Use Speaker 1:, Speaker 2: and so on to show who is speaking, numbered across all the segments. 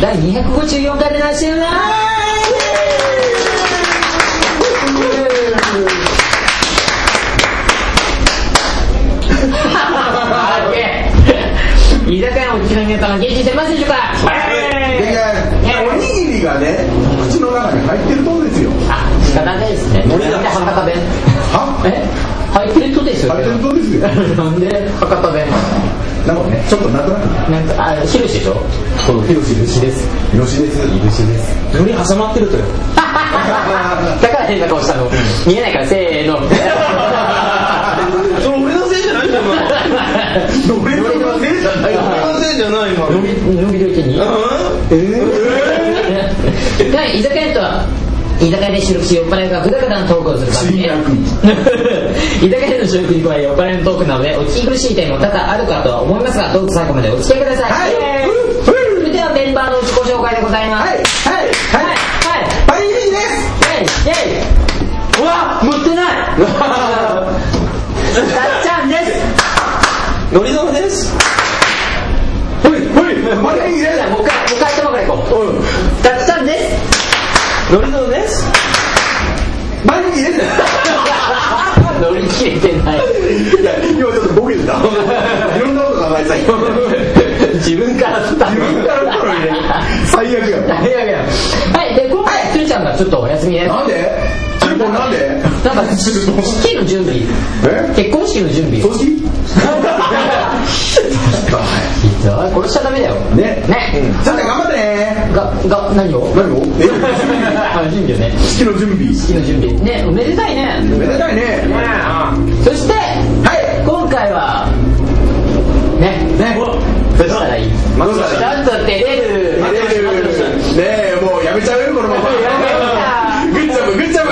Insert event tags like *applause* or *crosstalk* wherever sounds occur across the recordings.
Speaker 1: 154回でいらっしゃいます居酒屋のおじさん皆様元気してますでしょうか
Speaker 2: いやいやいやおにぎりがね口の中に入ってるとですよ
Speaker 1: あ仕方ないですね
Speaker 2: 森永
Speaker 1: 博多弁
Speaker 2: は
Speaker 1: え入ってるとですよ
Speaker 2: 入ってるとですよ
Speaker 1: なんで博多弁
Speaker 2: なんかねちょっとなくなく
Speaker 1: なんかあヒルシでしょ
Speaker 3: このヒロシです。ヒ
Speaker 2: よしです
Speaker 3: ロシです。より挟まってるとよ。
Speaker 1: だから変な顔したの見えないからせーの
Speaker 4: それ俺のせいじゃないんだよ
Speaker 2: 俺のせいじゃないよ
Speaker 4: 今俺のせいじゃない今
Speaker 1: 伸び伸びる時に
Speaker 2: え
Speaker 1: はい、居酒屋とは居酒屋で収録し酔っ払いがぐだぐだのトークをする番組
Speaker 2: 最悪
Speaker 1: 居酒屋での収録に加え酔っ払いのトークなのでお聞き苦しい点も多々あるかとは思いますがどうぞ最後までお付き合いください
Speaker 2: はい
Speaker 1: それではメンバーの自己紹介でございます
Speaker 2: はいはい
Speaker 1: はい
Speaker 2: はい
Speaker 1: はい
Speaker 2: パイリー
Speaker 1: イ
Speaker 2: です
Speaker 1: ェイイェイうわ持ってないたっちゃんです
Speaker 4: のりのりです
Speaker 2: パイリーで
Speaker 1: じゃあもう一回もう一回頭からいこうたっちゃんです
Speaker 4: のりのりです
Speaker 2: すパイリーです
Speaker 1: *laughs* 乗り切れてない
Speaker 2: いや今ちょっとボケて
Speaker 1: *laughs*
Speaker 2: たいろんなこと考えてた今
Speaker 1: 自分からスタート
Speaker 2: 自分から来るね最悪や
Speaker 1: 大学やはいで今回つるちゃんがちょっとお休みです
Speaker 2: なんで注文なんで
Speaker 1: なんか式の準備
Speaker 2: え
Speaker 1: 結婚式の準 *laughs* 備
Speaker 2: 葬式
Speaker 1: *laughs* あ殺しちゃダメだよ
Speaker 2: ね
Speaker 1: ね
Speaker 2: さて頑張ってね
Speaker 1: がが何を
Speaker 2: 何をえ
Speaker 1: 楽しみだよね
Speaker 2: 式の準備
Speaker 1: 式の準備ねおめでたいね
Speaker 2: めでたいね
Speaker 1: そして今回はねねどうしたらいい
Speaker 2: どうしたら
Speaker 1: な
Speaker 2: いい
Speaker 1: んとって出る
Speaker 2: ねえもうやめちゃうよこのままグッジャブグッジャブ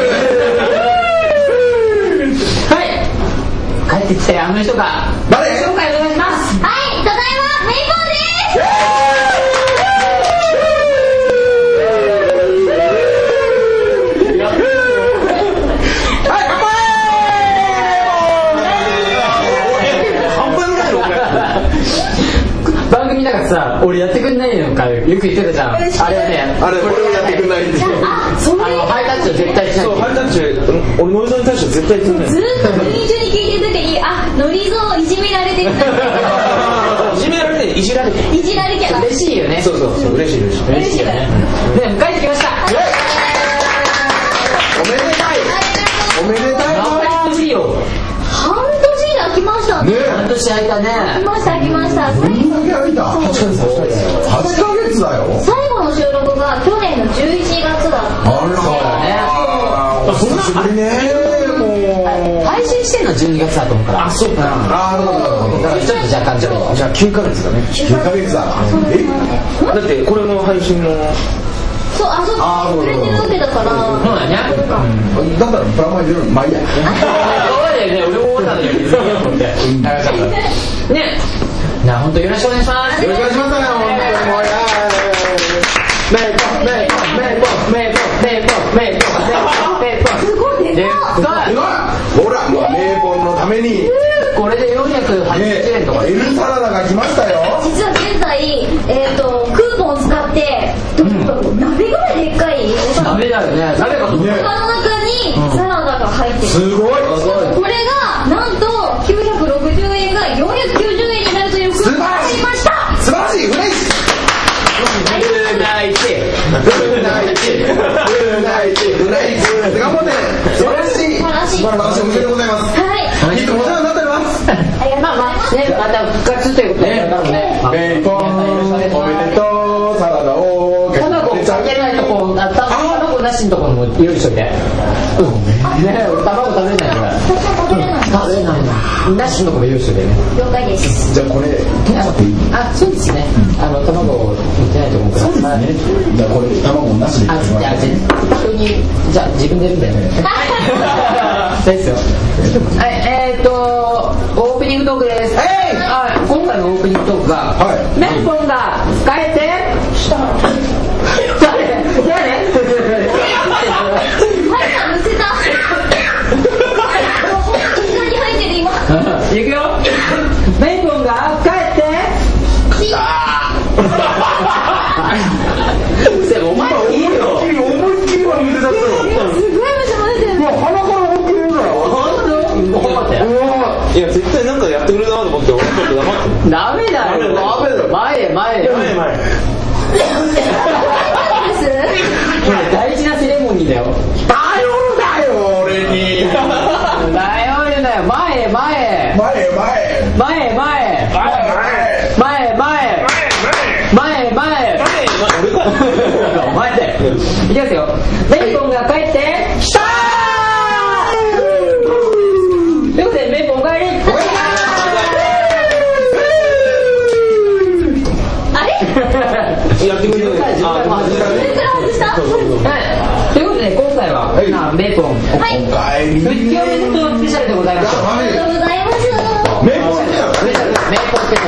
Speaker 1: はい帰ってきたよあの人が
Speaker 2: 誰
Speaker 1: 紹介お願いし *laughs* ます
Speaker 5: はい、ただいま、メイポーです
Speaker 4: 半端ないの
Speaker 1: 番組だからさ俺やってくんないのかよよく言ってたじゃんあれはね
Speaker 2: あれこれをやってくんないんで
Speaker 5: あ、そん
Speaker 1: あ
Speaker 5: な
Speaker 1: の
Speaker 5: に
Speaker 1: ハイタッチを絶 *laughs* 対しない
Speaker 4: そうハイタッチうん俺のりのりに対しては絶対言ってない
Speaker 5: ずーっと国中に聞いてる時に、あ、ノリゾーいじめられてるなっ
Speaker 4: いじめられていじられて
Speaker 5: ていじられキャラ。
Speaker 1: 嬉しいよね
Speaker 4: そうそうそう嬉しい嬉しい
Speaker 1: 嬉しいよねね帰ってきました
Speaker 2: おめでたいおめでたい
Speaker 1: 頑張りすぎよ
Speaker 5: 半年で飽きましたね。
Speaker 1: 半年空いた
Speaker 5: 飽き
Speaker 1: ね
Speaker 5: ました、飽きまし
Speaker 2: ど
Speaker 5: た。
Speaker 2: んだけ歩いた
Speaker 5: 最後
Speaker 2: 8ヶ月だよ
Speaker 5: 最後の収録が去年の11月だった。
Speaker 2: あらそんな久しぶりねもう
Speaker 1: 配信してんのは12月だと思うからあそうか
Speaker 2: ああなるほどなるほ
Speaker 1: だからちょっと若干ちょっと
Speaker 4: じゃあ9ヶ月だね
Speaker 2: ど9ヶ月だえ
Speaker 4: だってこれの配信の
Speaker 5: そう、あ、
Speaker 2: あーそ
Speaker 5: そう、
Speaker 2: う
Speaker 5: く
Speaker 2: だ
Speaker 5: れてるわけだから。
Speaker 1: そうだね
Speaker 2: だったらプラマイ出るのまあいいや
Speaker 1: そうだよね俺も思ったんだけどねなあ本当よろしくお願いします
Speaker 2: よろしくお願いしますよ本当にもういや
Speaker 1: メイポンメイポンメイポンメイポンメイポンメイポンメイポン
Speaker 5: すごいね。
Speaker 1: でさあ
Speaker 2: ほらもう名本のためにね
Speaker 1: これで480円とか
Speaker 2: エルサラダが来ましたよ
Speaker 5: 実は現在、えっ、と、クーポンを使って、ど鍋ぐらいでっかいお皿
Speaker 1: ダメだよね誰かと思っ
Speaker 5: お
Speaker 1: た
Speaker 2: ね
Speaker 5: 皿の中にサラダが入ってる。
Speaker 2: すごい
Speaker 5: これが、なんと、960円が490円になるというクーポンがありました
Speaker 2: 素晴らしいフレッシ
Speaker 1: 泣いて
Speaker 2: ュナイチナイチナイチ頑張って素晴らしい
Speaker 5: 素晴らしい
Speaker 2: 素晴らしいお店でございます
Speaker 5: はい。
Speaker 2: いつもお世話になっております
Speaker 5: ありがとうござい
Speaker 1: まあま
Speaker 5: ま
Speaker 1: あ
Speaker 5: す。
Speaker 1: ねまた復活ということでね多分ねまあ
Speaker 2: 名本おめでとうサラダを
Speaker 1: タバコかけないとこあタタバコなしのとこも用意しといてうんね俺タバコ食べないから
Speaker 5: 私は食べれない。
Speaker 1: 食べないななしのとこも用意しといてね
Speaker 5: 了解です。
Speaker 2: じゃあこれ取っちゃっていい
Speaker 1: あそうですねあの卵を売ってないと思うからそうですね
Speaker 2: じゃあこれ卵なしでいき
Speaker 1: あ
Speaker 2: ま
Speaker 1: じ
Speaker 2: す
Speaker 1: ゃあ人にじゃあ自分でやるんだよねですよはいえーっとオープニングトークです
Speaker 2: えい
Speaker 1: はい今回のオープニングトークが
Speaker 2: はい
Speaker 1: メンポンが使え
Speaker 2: *laughs*
Speaker 1: て *laughs* 誰誰
Speaker 5: マリさん、むせた。本当に何入ってる今。
Speaker 1: いくよメイコンが帰って
Speaker 5: チー
Speaker 1: せお前いいよ
Speaker 2: いっきり思いっきりは見てたけど
Speaker 5: 今すごい場所までだよ
Speaker 2: うわ鼻から思いっきりだよ
Speaker 1: 本当待って
Speaker 2: うわ
Speaker 4: いや、絶対なんかやってくれるなと思って、俺ちょっと黙って。
Speaker 1: ダメだよ
Speaker 2: ダメだよ
Speaker 1: 前へ前へ
Speaker 4: 前前。
Speaker 1: これ大事なセレモニーだよ
Speaker 2: 頼るなよ俺に
Speaker 1: だよだよ前へ前へ
Speaker 2: 前へ前へ
Speaker 1: 前へ前へ
Speaker 2: 前へ前
Speaker 1: 前
Speaker 2: へ
Speaker 1: へ前へ前へ前へ
Speaker 4: 俺か。
Speaker 1: お前だよいきますよメイポンが帰ってきたーということでメイポンお帰り
Speaker 5: あれ
Speaker 4: やってくれる
Speaker 1: 10回10回回して
Speaker 5: それから外した
Speaker 1: はいということで今回は、
Speaker 2: い
Speaker 1: まあメイポン
Speaker 5: はい
Speaker 2: おかえり
Speaker 1: 復帰おめでとうスペシャルでございます
Speaker 5: ありがとうございます
Speaker 2: めっちゃ
Speaker 1: メイポンスペシ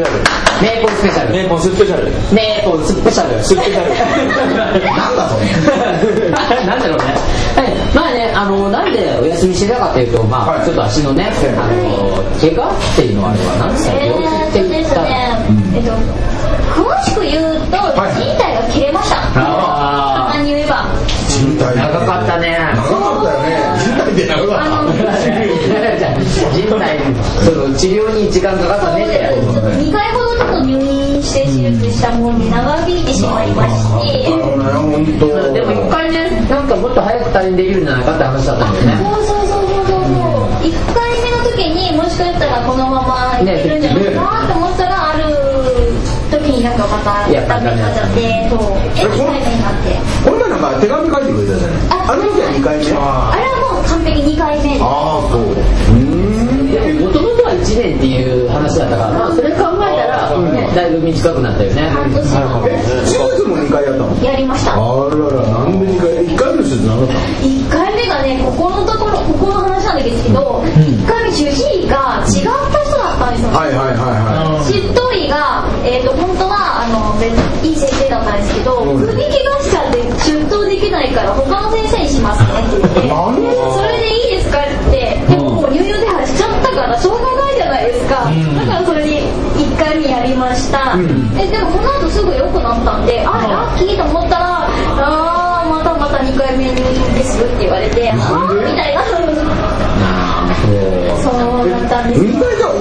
Speaker 1: ャル
Speaker 4: スペシャル。
Speaker 1: メイポンスペシャル
Speaker 4: ね、もうスペシャル。
Speaker 1: メイポンスペシャル
Speaker 4: スペシャル。
Speaker 2: なんだそれ
Speaker 1: *laughs* なんだろうね、はい、まあねあのなんでお休みしてたかというと、まあ
Speaker 2: はい
Speaker 1: ちょっと足のね、あの怪我っていうのはあれは何です
Speaker 5: えーっと
Speaker 1: か、病気っ
Speaker 5: ですね
Speaker 1: て言った、
Speaker 5: えっと、詳しく言うと、
Speaker 2: い
Speaker 5: 人体が切れました。
Speaker 1: あー
Speaker 5: 簡単に言えば。
Speaker 2: 人体
Speaker 1: 長かったね
Speaker 2: 長かったよね人体で長
Speaker 5: あ
Speaker 2: かっ
Speaker 5: の、ちょっ
Speaker 1: 人体その治療に時間かかったねって
Speaker 5: と2回ほどちょっと入院して手術したものに長引いてしまいまして、
Speaker 2: たなるほどね本当
Speaker 1: でも一回ねなんかもっと早く退院できるんじゃないかって話だったんだよね
Speaker 5: そうそうそうそうそうそう。1回目の時にもしかしたらこのままいけるんじゃないかなと思ったら、ある時になんかまた
Speaker 1: いや
Speaker 5: ダメになっちゃって、そう、え、2回目になって。
Speaker 2: この前なんか手紙書いてくれたじゃない
Speaker 5: あ
Speaker 2: あの時は2回目
Speaker 5: あれはもう完璧2回目で。
Speaker 2: ああそううーん
Speaker 1: でももともとは1年っていう話だったから、まあ、それ考えたら、ね、だいぶ短くなったよね
Speaker 5: 半年
Speaker 2: え手術も2回やったの
Speaker 5: やりました。
Speaker 2: あららなんで2回1回目の手術なかったの
Speaker 5: 1回目がねここのところここの話なんですけど、1回目主治医が違った人だったんですよ、
Speaker 2: はいはいはいは
Speaker 5: 執刀医が、えー、と本当はあの別にいい先生だったんですけど、
Speaker 2: うん
Speaker 5: 首怪我しちゃって出頭できないから他の先生にしますねって言って
Speaker 2: なんで
Speaker 5: それでいいですかって言ってでももう入院手配しちゃったからしょうがないじゃないですか、だからそれで1回目やりました、えでもこの後すぐ良くなったんであラッキーと思ったらあーまたまた2回目入院ですって言われてはあみた *laughs* いなそうだったんで
Speaker 2: い2
Speaker 5: すよ
Speaker 2: 回じゃあ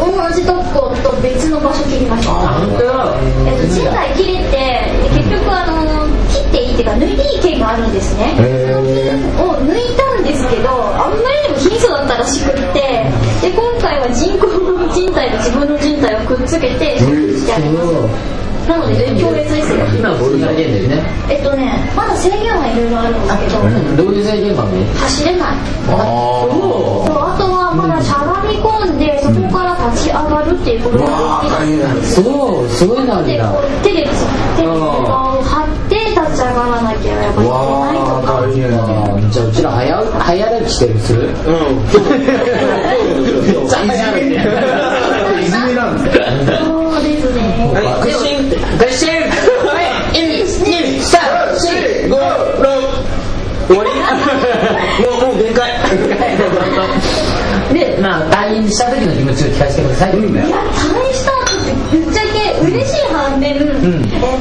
Speaker 2: 同じとこ切ったの
Speaker 5: 同じとこと別の場所切りました
Speaker 1: 本当だ
Speaker 5: えっと、人体切れてで結局あの切っていいっていうか縫いでいい剣があるんですね
Speaker 2: へー
Speaker 5: その剣を抜いたんですけどあんまりにも貧相だったらしくってで今回は人工の人体と自分の人体をくっつけて手術してありますなので強烈ですよ
Speaker 1: 今は僕だけでね
Speaker 5: えっとねまだ制限はいろいろあるんですけ
Speaker 1: ど
Speaker 5: ど
Speaker 1: ういう制限番組
Speaker 5: 走れない
Speaker 2: あ
Speaker 5: そうあとはまだしゃがみ込んでそこから立ち上がるっていうこと
Speaker 2: あわあ大変だ
Speaker 1: そうそういうのあるん
Speaker 5: でこ
Speaker 1: だ
Speaker 5: う手でです手で顔を張って立ち上がらなきゃやっぱりい
Speaker 2: わあ大
Speaker 5: けない
Speaker 2: 変
Speaker 5: とか
Speaker 2: だな
Speaker 1: じゃあうちら早う早歩きしてるす
Speaker 2: *laughs*
Speaker 1: る *laughs* め *laughs* っちゃ早歩きね
Speaker 2: いじめなんですよ
Speaker 5: そうですね
Speaker 1: はい屈伸屈伸はい12345
Speaker 2: 5
Speaker 4: 終わりもう、もう限界。
Speaker 1: でまあ退院した時の気持ちを聞かせてください
Speaker 5: いや大したってぶっちゃけ嬉しい反面、えっ、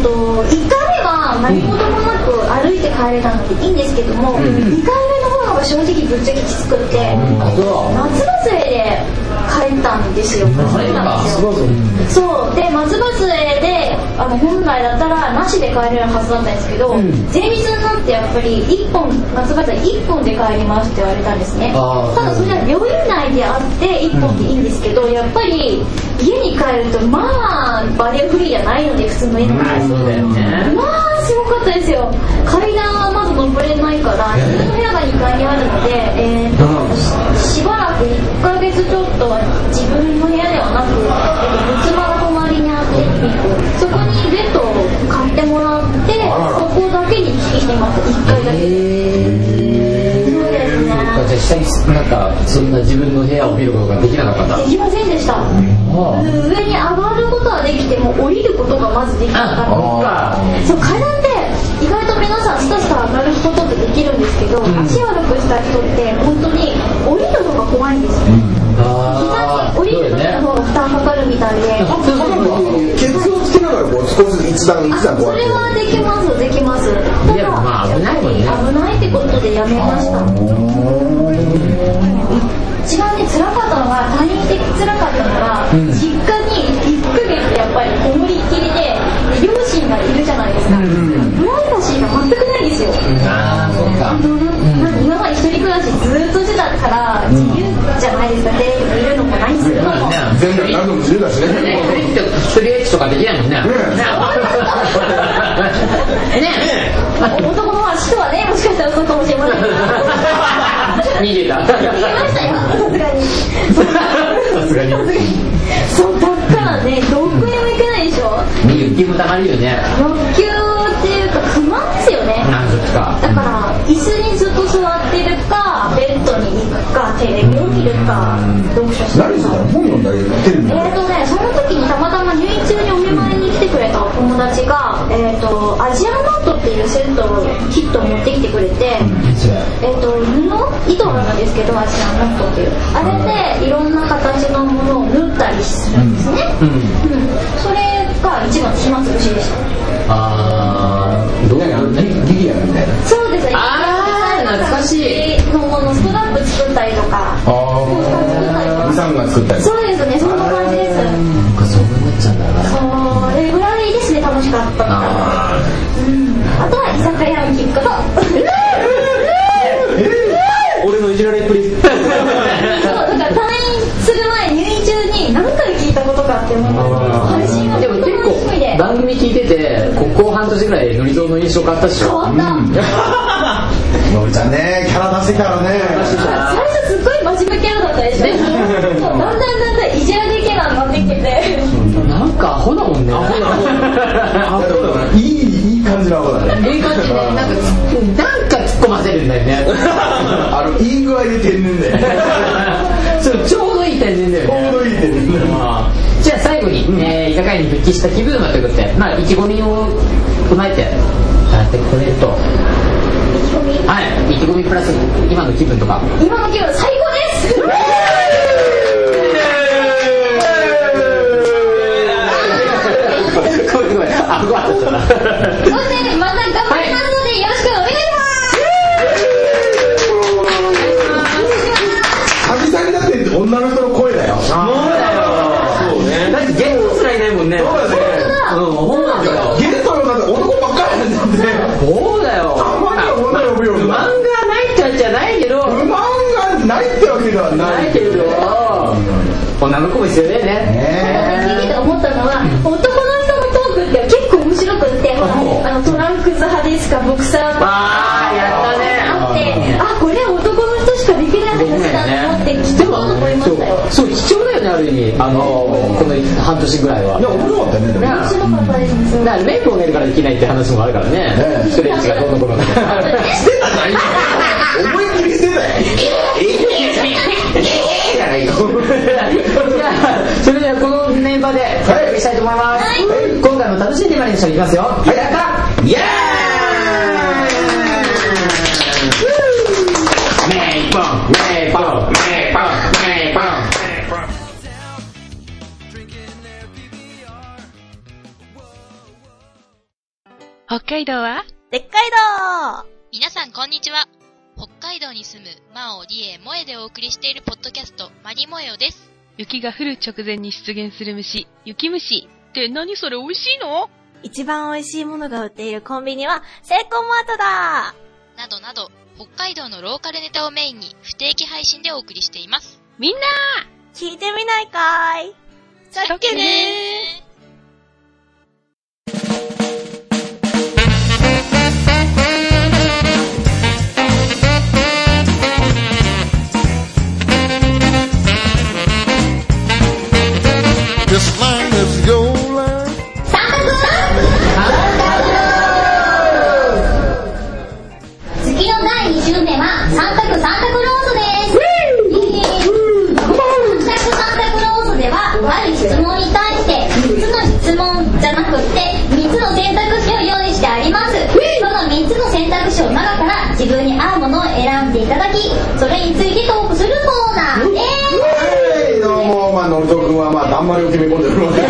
Speaker 5: と1回目は何事もなく歩いて帰れたのでいいんですけども、二2回目の方が正直ぶっちゃけきつくって、
Speaker 1: あとは
Speaker 5: 松葉杖で帰ったんですよ。そうなんですよそうで松葉杖であの本来だったらなしで帰れるはずだったんですけど、前日になってやっぱり一本松葉杖1本で帰りますって言われたんですね
Speaker 1: あー
Speaker 5: ただそれは病院内であって1本でいいんですけど、やっぱり家に帰るとまあバリアフリーじゃないので普通の家なんですよ
Speaker 1: そうだよね
Speaker 5: まあすごかったですよ階段はまず登れないから自分の部屋が2階にあるので、えーとししばらく1ヶ月ちょっとは自分の部屋ではなく仏間の隣にあってそこにベッドを買ってもらってそこだけに行きしてます1回だけでそうですね
Speaker 1: じゃあ久々なんかそんな自分の部屋を見ることができなかったんだ
Speaker 5: できませんでした上に上がることはできても降りることがまずできなかった
Speaker 1: あ
Speaker 5: そう階段って意外と皆さんスタスタ上がることってできるんですけど、足悪くした人って本当に降りるのが怖いんですよ、膝
Speaker 1: あ
Speaker 5: に
Speaker 1: ー
Speaker 5: 降り
Speaker 1: そう
Speaker 5: る
Speaker 1: だよね
Speaker 5: の方が負担かかるみたいで、
Speaker 2: 血をつけながらこう少しずつ一段一段こ
Speaker 5: そうれ
Speaker 2: や
Speaker 5: はできますできます
Speaker 1: いやまあ危ないもんね
Speaker 5: やっぱり危ないってことでやめました一番ね辛かったのが他人的辛かったのが、実家に1ヶ月やっぱりこもりっきりでで両親がいるじゃないですか、プライバシーが全くないんですよ、
Speaker 1: ああそっか
Speaker 5: なんか今まで一人暮らしずっとしてたから自由じゃないですかテレビ見るのも何するのも、
Speaker 1: ね
Speaker 2: って全部何度も自由だしね
Speaker 1: ね一人エッチとかできないもんねねね
Speaker 5: 男の足とはねもしかしたらそうかもしれませんが
Speaker 1: 逃げた
Speaker 5: 逃げましたよさすがにさすがにそうだからねどこへも行けないでしょ
Speaker 1: 欲求もたまるよね
Speaker 5: 欲求っていうか不満ですよね
Speaker 1: なんそっか
Speaker 5: だから椅子にずっと座ってるかベッドに行くかテレビを見るか読書する
Speaker 2: 何してた
Speaker 5: か
Speaker 2: の本読んだりテレビ見
Speaker 5: え
Speaker 2: たり
Speaker 5: ーとね、その時にたまたま入院中にお見舞いに来てくれたお友達が、えー、とアジアンマットっていうセットをキットを持ってきてくれて、えー、と布糸なんですけどアジアンマットっていうあれでいろんな形のものを縫ったりするんですね、うんそれが一番暇つぶしでした
Speaker 1: ああどうやんね
Speaker 2: ギリアみたいな
Speaker 5: そうですね
Speaker 1: あー懐かし
Speaker 5: いのものストラップ作ったりとか
Speaker 2: あ
Speaker 5: コースタ
Speaker 2: あリサ
Speaker 5: ー作ったりとか
Speaker 2: ンが作ったり
Speaker 5: そうですねそんな感じです
Speaker 1: なんかそうなっちゃうんだな
Speaker 5: それぐらいですね楽しかったのが
Speaker 1: あ
Speaker 5: あとは居酒屋に行くこと。
Speaker 4: 俺のいじられっぷり。
Speaker 5: そうだから退院する前入院中に何回聞いたことかって思った。配信が
Speaker 1: あでも
Speaker 5: 本
Speaker 1: 結
Speaker 5: 当に楽しみ
Speaker 1: 構。
Speaker 5: で
Speaker 1: 番組聞いててここ半年ぐらいのりぞうの印象変わったっしょ
Speaker 5: 変わった。
Speaker 2: のりちゃんねキャラ出してからね
Speaker 5: 最初すっごい真面目キャラだったでしょ。そうだんだんだんだんいじられキャラになってきてて。
Speaker 1: なんかアホだもんねアホだ
Speaker 2: いやでもいいいい感じの方だね
Speaker 1: いい感じでなんか突っなんか突っ込ませるんだよね
Speaker 2: あのいい具合で天然だよね
Speaker 1: そうちょうどいい点然だよ
Speaker 2: ちょ
Speaker 1: ね
Speaker 2: うどいい天然だよ
Speaker 1: じゃあ最後に、えー、居酒屋に復帰した気分はということで、まあ、意気込みを踏まえてやってこれると、は
Speaker 5: 意気込み
Speaker 1: い、意気込みプラス今の気分とか
Speaker 5: 今の気分最高です。
Speaker 1: ごめんごめんあごあっちゃったな
Speaker 5: そしてまた頑張りますのでよろしくお願いし
Speaker 2: 久々になって女の人の声だよ
Speaker 4: *laughs* そうね。だってゲットすらいないもんね。
Speaker 2: そうだね
Speaker 4: うん、本なんだよ。
Speaker 2: ゲストの中男ばっかりなんだよね
Speaker 4: そうだよ。
Speaker 2: たまには女呼ぶよ
Speaker 4: 不満がないっちゃじゃないけど。
Speaker 2: 不満がないってわけではない
Speaker 4: ないけど。
Speaker 1: 女の子も必要だよね
Speaker 5: ます。聞いてて思ったのは男の人のトークって結構面白くって、ほらあのトランクス派ですかボクサー派。
Speaker 1: あーやったね
Speaker 5: あってあこれ男の人しかできない話だなってきっと思いましたよ
Speaker 1: そう貴重だよねある意味あのこの半年ぐらいは
Speaker 2: や面白かったよねでも
Speaker 5: 面白かったです
Speaker 1: *laughs*
Speaker 5: ね
Speaker 1: だからメイクをねるからできないって話もあるからね
Speaker 2: ね
Speaker 1: ストレッチがどうのこうのとか
Speaker 2: してたじゃん今思いっきりしてたよええじゃないよ
Speaker 1: じゃあそれではこのメンバーでお送りしたいと思います、今回も楽しいテーマにしていきますよ、はい、イエーイメイポンメイポンメイポンメイポン
Speaker 6: 北海道は
Speaker 7: でっかいど
Speaker 8: 皆さんこんにちは。北海道に住むマオ、リエ、モエでお送りしているポッドキャスト、マニモエオです。
Speaker 6: 雪が降る直前に出現する虫、雪虫。って何それ美味しいの
Speaker 7: 一番美味しいものが売っているコンビニは、セイコーマートだ
Speaker 8: などなど、北海道のローカルネタをメインに不定期配信でお送りしています。
Speaker 6: みんな
Speaker 7: 聞いてみないかーいじゃっけねー
Speaker 5: 次の第2週目は三択三択ローズです三択三択ローズではある質問に対して3つの質問じゃなくって3つの選択肢を用意してありますその3つの選択肢の中から自分に合うものを選んでいただきそれについてトークするコーナーです
Speaker 2: どうもまあのりとくんはまあだんまりを決め込んでるわけ
Speaker 4: う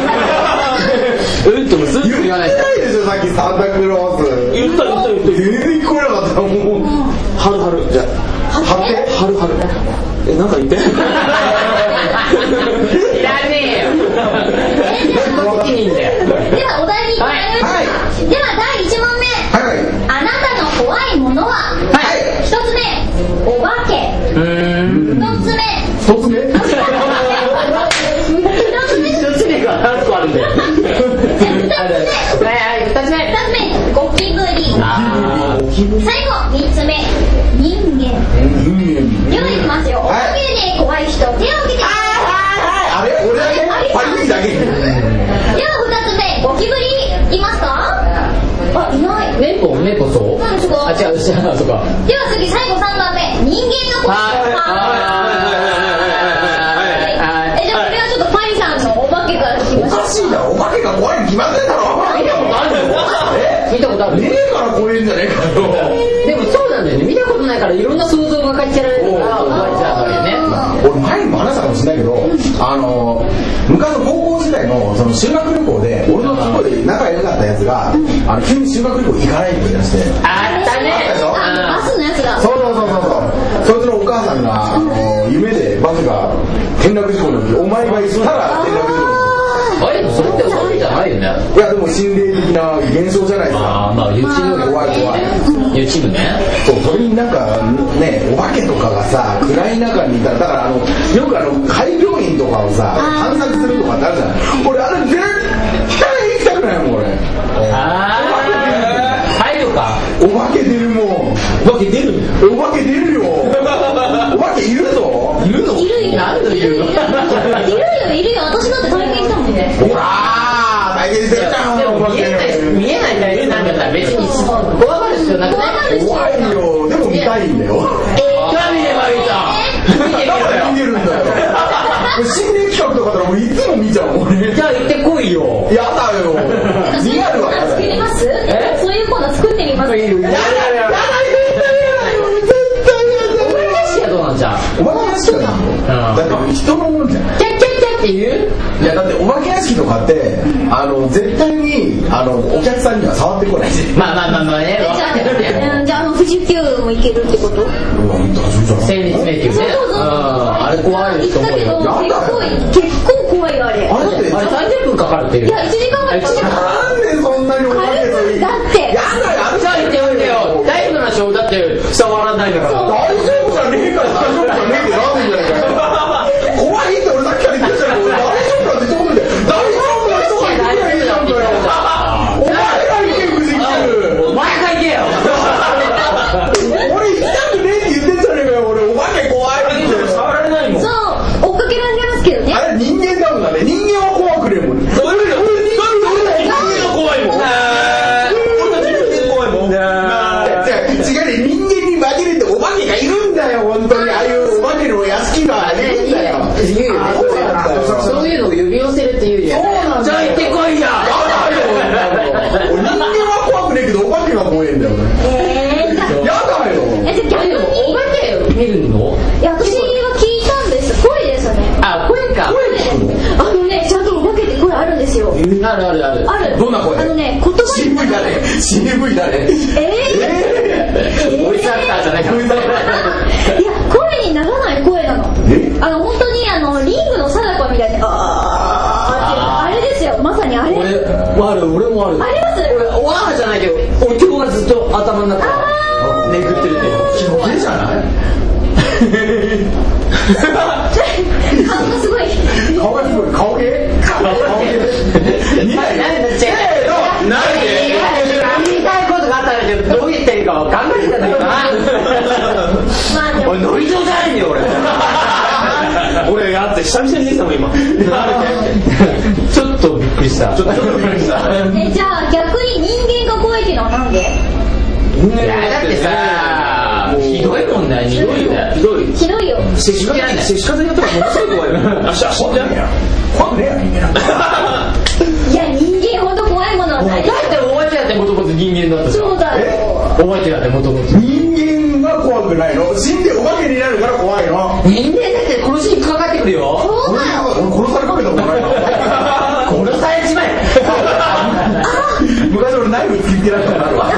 Speaker 4: んともすんとも言
Speaker 1: 言わないです
Speaker 2: ないでしょ、さっきサンタクロース。
Speaker 4: 言った言った言った
Speaker 2: 全然聞こえなかった、もう。
Speaker 4: はるはる
Speaker 2: じゃあ、はて、
Speaker 4: はるはるえなんか言って
Speaker 1: いらね *laughs* えよ責任だよ
Speaker 5: ではお題に行ってまいりま
Speaker 2: はい
Speaker 5: したでは第1問目
Speaker 2: はい。
Speaker 5: あなたの怖いものは
Speaker 2: はい。
Speaker 5: 一つ目お化け二つ目
Speaker 2: 一つ目一
Speaker 5: 二つ目
Speaker 1: 一つ目が何個あるんだよはいはい二つ目
Speaker 5: 二つ目ゴキブリ最後三つ目人間ではいきますよお
Speaker 2: はい
Speaker 5: 化けで怖い人手を挙げてください
Speaker 2: あれ俺だけパリピだけ
Speaker 5: では二つ目ゴキブリいますかあいない
Speaker 1: 猫猫そう
Speaker 5: 何ですか
Speaker 1: あ違う知らないとか
Speaker 5: では次最後三番目人間の怖い人
Speaker 1: はい
Speaker 5: えじゃあこれはちょっとパイさんのお化けから聞きま
Speaker 2: お
Speaker 5: しょう
Speaker 2: かしいな、お化けが怖いに決まってんだろ。
Speaker 1: 見たことある
Speaker 2: ねえから怖えんじゃねえかよ。
Speaker 1: でもそうなんだよね見たことないからいろんな想像がかっちゃられるから覚えちゃうからよね
Speaker 2: 俺前にも話したかもしれないけど、あの昔の高校時代のその修学旅行で俺のとこで仲良かったやつが、あの急に修学旅行行かないって言い出して
Speaker 1: あったね
Speaker 5: あバスのやつだ
Speaker 2: そうそうそうそうそうそいつのお母さんがあの夢でバスが転落事故の時お前が行ったら転落事
Speaker 1: あれそれってお化けじゃないよね
Speaker 2: 故いやでも心霊的な現象じゃないです
Speaker 3: ああ
Speaker 2: か
Speaker 3: まあ YouTube
Speaker 2: 怖い怖い
Speaker 3: YouTube ね
Speaker 2: そうそれになんかねお化けとかがさ暗い中にいたらだからあのよくあの開業院とかをさ探索するとかってあるじゃない俺あれ絶対行きたくないもん俺
Speaker 1: あー入るか
Speaker 2: お化け出るもん
Speaker 4: お化け出る
Speaker 2: お化け出
Speaker 4: *laughs*
Speaker 2: るよお化けいるぞ
Speaker 4: いるの
Speaker 5: いるいる
Speaker 1: 何度
Speaker 5: い
Speaker 1: 言
Speaker 5: る
Speaker 1: うの
Speaker 5: いるいるよいるよ私だって体験したもんね
Speaker 2: ほら体験してる
Speaker 1: で
Speaker 2: じゃんお
Speaker 1: も
Speaker 2: 化
Speaker 1: 見えない
Speaker 2: け
Speaker 1: 見えない体質なんだったら別に怖がる必要なくない
Speaker 2: 怖いよでも見たいんだよ
Speaker 1: 何見ればいいじゃん見てみ
Speaker 2: だ
Speaker 1: ろ
Speaker 2: から見てるんだよ
Speaker 1: *laughs*
Speaker 2: 俺心霊企画とかだったらもういつも見ちゃう俺
Speaker 1: じゃあ行ってこいよ
Speaker 2: やだよリアルはや
Speaker 5: 作
Speaker 2: だよ
Speaker 5: りますそういうコーナー作ってみます
Speaker 1: やだやだ俺がしやどうなんじゃん
Speaker 2: お化け屋敷だよだって人のもんじゃん
Speaker 1: キャッキャッキャッって言う
Speaker 2: いやだってお化け屋敷とかってあの絶対にあのお客さんには触ってこないし
Speaker 1: まあまあまあまあね
Speaker 5: じゃあ、うんじゃああの富士急も行けるってこと
Speaker 2: うわ大丈夫じゃん
Speaker 1: 成立迷宮ねあれ怖い
Speaker 5: 行
Speaker 1: と
Speaker 5: った
Speaker 1: 思うよ
Speaker 5: けど
Speaker 2: やだよ
Speaker 5: 結構結構怖いよあれ
Speaker 2: あれだって
Speaker 1: あれ30分かかるってい
Speaker 5: いうや1時間ぐらいかかっ
Speaker 2: なんでそんなにお化けといい
Speaker 5: だって
Speaker 2: やだよあん
Speaker 1: じゃあ行っておいてよ大丈夫な勝負だって伝わらないんだから
Speaker 2: 大丈夫じゃねえから大丈夫じゃねえってなんでじゃねえかよ怖いって俺さっきから言ってたじゃん俺大丈夫だって言ってことで大丈夫だ人が言ってりゃいいじゃんかよお前が行け富士急
Speaker 1: お前が行けよ
Speaker 2: 俺行きたくねえって言ってんじゃねえかよ俺お化け怖いって
Speaker 4: 触られないもん
Speaker 5: たそう追っかけられますけどね
Speaker 2: あれ人間なんだね人間は怖くねえもんね
Speaker 4: 俺俺俺俺の怖いもん俺たち人間怖いもん
Speaker 2: じゃあ違うね人間に紛れてお化けがいるんだよ本当にああいうお化けの屋敷がいるんだよ
Speaker 1: 言うよね
Speaker 2: そうなんだよ
Speaker 1: そういうのを呼び寄せるっていうよ
Speaker 2: そうなんだよ
Speaker 1: じゃあ行ってこい
Speaker 2: やだよ、俺人間
Speaker 1: や
Speaker 2: は怖くねえけど、お化けが怖えんだよ、俺。
Speaker 5: えーじゃあ
Speaker 2: やだよ。
Speaker 5: えじゃあ逆に
Speaker 1: お化け見るの
Speaker 5: いや私は聞いたんです声ですよね
Speaker 1: あ声か
Speaker 5: あのねちゃんとお化けって声あるんですよ
Speaker 1: あるあるある
Speaker 5: ある
Speaker 2: どんな声
Speaker 5: あのね言葉に
Speaker 2: 渋いだね。渋いだね。
Speaker 5: え
Speaker 1: おいしかったじゃないから
Speaker 5: ー、いや声にならない声なのあの本当にあのリングの貞子みたいなあーってあれですよまさにあれ
Speaker 1: 俺もある俺もある
Speaker 5: あります
Speaker 1: 俺おわはじゃないけどお経がずっと頭の中めぐってるって
Speaker 2: お化けじゃない顔
Speaker 5: 顔がすごい
Speaker 2: がすごい。顔芸顔芸。見ないよ。
Speaker 1: なんだせーの
Speaker 2: なんで
Speaker 1: 言いたいことがあったんだけどどう言ってるかわかんないじゃないか
Speaker 5: まあで
Speaker 1: な
Speaker 5: も
Speaker 1: 俺ノリ上じゃないんだよ俺
Speaker 4: 俺があって久々に出てたもん今
Speaker 1: ちょっとびっくりした
Speaker 4: ちょっとびっくりした
Speaker 5: えじゃあ逆に人間が怖いっていうのはなんで
Speaker 1: いやだってさひどいもんだよひどいよ
Speaker 4: ひどい
Speaker 5: ひどいよ
Speaker 4: 接し方
Speaker 1: 嫌いだ
Speaker 4: 接し方によってはものすごい怖いよあしゃ死んじゃう
Speaker 2: 怖くねえよ、人間なんか。
Speaker 5: いや人間ほど怖いものは
Speaker 1: だ
Speaker 5: な
Speaker 1: っ
Speaker 5: い
Speaker 1: ておばちゃんってもともと人間だったじゃん
Speaker 5: そうだよ
Speaker 1: おばちゃんってもともと
Speaker 2: 人間は怖くないの。死んでお化けになるから怖いの。
Speaker 1: 人間だって殺しにかかってくるよ
Speaker 5: そうだよ
Speaker 2: 俺殺されかけたことないの。
Speaker 1: 殺されちまえ
Speaker 5: あー
Speaker 2: づけなくなるわ。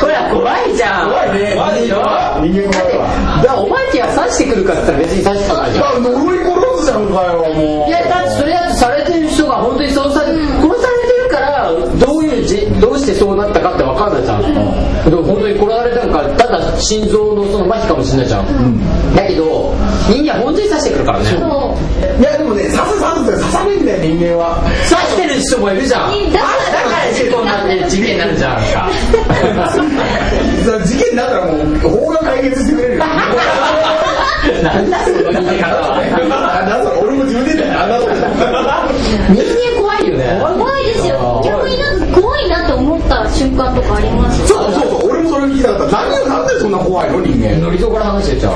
Speaker 1: ほら、怖いじゃん。
Speaker 2: 怖いね。
Speaker 1: 怖いでしょだ
Speaker 2: 人間怖いわ。
Speaker 1: からお化けは刺してくるかって言ったら別に刺してこないじゃん。
Speaker 2: あ、呪い殺すじゃんかよ、もう。
Speaker 1: いやだってそれだってされてる人が本当にそうされ、殺されてるからどういうじどうしてそうなったかって分かんないじゃん、でも本当に殺されたのかただ心臓のその麻痺かもしれないじゃん、だけど人間は本当に刺してくるからね
Speaker 2: いや、でもね、刺す刺すって刺されんだよ、人間は。
Speaker 1: 刺してる人もいるじゃんだ
Speaker 5: だか
Speaker 1: からら事故になって事件になるじゃんか
Speaker 2: さ事件になったらもう、法が解決してくれるよ。
Speaker 1: なんだその人間は
Speaker 2: あなんだそれ俺も自分で言ったよ、あなんだそれ
Speaker 1: 人間怖いよね
Speaker 5: 怖いですよ逆になんか怖いなって思った瞬間とかあります
Speaker 2: そうそうそう、俺もそれ聞きたかった。何を、なんでそんな怖いの、人間。
Speaker 1: ノリゾから話してるじゃん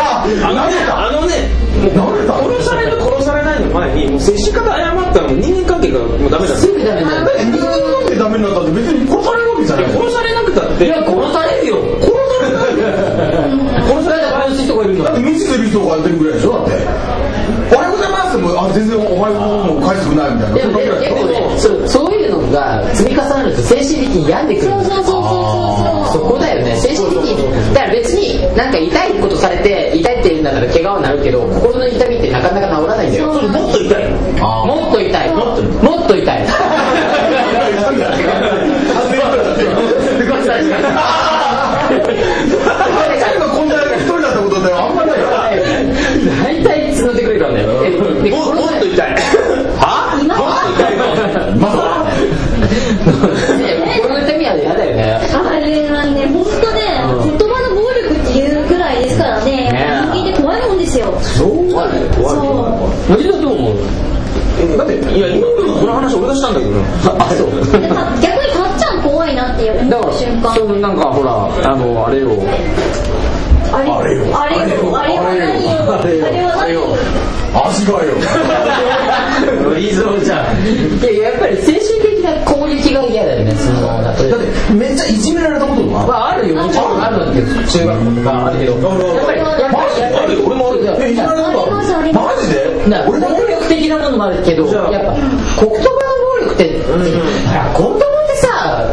Speaker 2: あ、
Speaker 4: あのね、あのね、もう殺される殺されないの前に、もう接し方誤ったらもう人間関係がもうダメだ。
Speaker 1: すぐダメだよ
Speaker 2: え人間なんでダメになったって別に殺されるわけじゃない。
Speaker 4: 殺されなくたっ
Speaker 1: い
Speaker 4: て、
Speaker 1: や殺されるよ
Speaker 2: 殺されないよ。
Speaker 1: 殺された場合の人がいるんだ
Speaker 2: だって無視する人がやってるぐらいでしょだって「おはようございます」もあ全然「おはよう」も返してくれないみたいな
Speaker 1: で
Speaker 2: それ
Speaker 1: も
Speaker 2: だけ
Speaker 1: 結
Speaker 2: だよ
Speaker 1: 構そうそういうのが積み重なると精神的に病んでくる
Speaker 5: そうそうそう
Speaker 1: そ
Speaker 5: そうそう
Speaker 1: こだよね精神的にだから別になんか痛いことされて痛いって言うんだったら怪我はなるけど心の痛みってなかなか治らないんだよ
Speaker 4: それもっと痛いの。
Speaker 1: もっと痛いも
Speaker 4: っと
Speaker 1: っと
Speaker 4: 痛い
Speaker 1: 痛い
Speaker 2: こんな一人だったことであんまないよ
Speaker 1: 大体募ってくるからねで
Speaker 4: ももっと痛い。は
Speaker 5: 今
Speaker 2: まさ
Speaker 1: ね心の痛みは嫌だよね
Speaker 5: あれはね本当ね言葉の暴力っていうぐらいですからね
Speaker 1: ね
Speaker 5: 人間って怖いもんですよ
Speaker 2: そうだね怖い
Speaker 5: そう
Speaker 1: ノリだと思う
Speaker 4: だって、いや、今のこの話俺がしたんだけどな。
Speaker 1: あそう
Speaker 5: 逆にたっちゃん怖いなって思
Speaker 1: だか
Speaker 5: う瞬間
Speaker 1: らそうなんかほらあのあれよ
Speaker 5: あれあれよあれよあれは何よあれは何よ
Speaker 2: 足がよ
Speaker 4: いいぞ、じゃ
Speaker 1: いややっぱり精神的な攻撃が嫌だよねそのだって
Speaker 2: だってめっちゃいじめられたことも
Speaker 1: まああるよもちろんあるんだけど中学校とかあるけどやっぱりやっぱり
Speaker 4: あ。あるよ、俺もあるよ。
Speaker 2: えいじめられたことあるマジで
Speaker 1: な
Speaker 2: 俺
Speaker 1: 暴力的なものもあるけど
Speaker 4: ゃあ
Speaker 1: やっぱ言葉の暴力って、いや言葉ってさ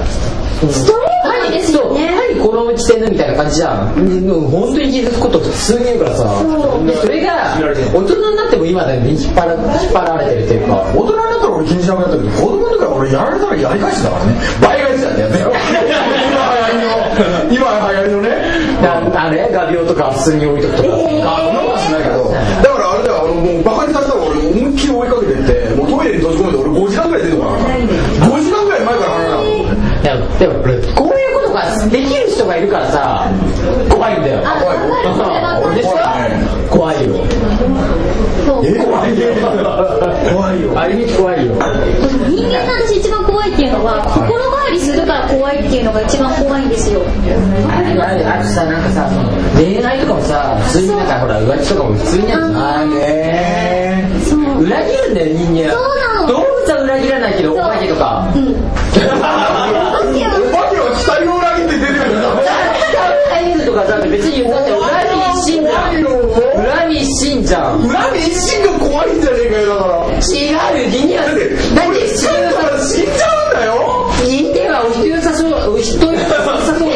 Speaker 1: ストレートにですよねはいこの時点でみたいな感じじゃん、うん、本当に傷つくこと普通に言うからさでそれが大人になっても今だよね引っ張ら引っ張られてるっていうか
Speaker 2: 大人になったら俺気にしなくなったけど子供の時は俺やられたらやり返してたからね倍返しなんだよね今流行りの今流行りのね
Speaker 1: なあれ画鋲とか普通に置いとくとか
Speaker 2: あそんなことはしないけどだからあれだよあのもうバカにされたら俺思いっきり追いかけてってもうトイレに閉じ込めて俺5時間ぐらい出てこなかった5時間ぐらい前から離れた
Speaker 1: いやでもこういうことができる人がいるからさ怖いんだよ
Speaker 5: あ
Speaker 2: 怖い
Speaker 5: わかるそれは
Speaker 1: *laughs* でしょ怖いよ
Speaker 5: そう
Speaker 2: え怖い怖いよ
Speaker 1: あれ見て怖いよ
Speaker 5: 人間なん私一番怖いっていうのは心変わりするから怖いっていうのが一番怖いんですよ
Speaker 1: あれあれあとさなんかさその恋愛とかもさ普通になんかほら浮気とかも普通にやるじゃんあーね
Speaker 5: そう
Speaker 1: ー裏切るんだよ人間
Speaker 5: そうなの
Speaker 1: 動物は裏切らないけどお化けとか *laughs*
Speaker 5: うん
Speaker 2: お化けは期待を裏切って出てくるんだ
Speaker 1: 裏切とかだって別にだって恨み死んじゃん恨み死んじゃん違う
Speaker 2: 恨み一心が怖いんじゃねえかよだから
Speaker 1: 人間は
Speaker 2: だって
Speaker 1: だって死
Speaker 2: だ
Speaker 1: ぬ
Speaker 2: から死んじゃうんだよ
Speaker 1: 人間はお人よさそうお人よさそうに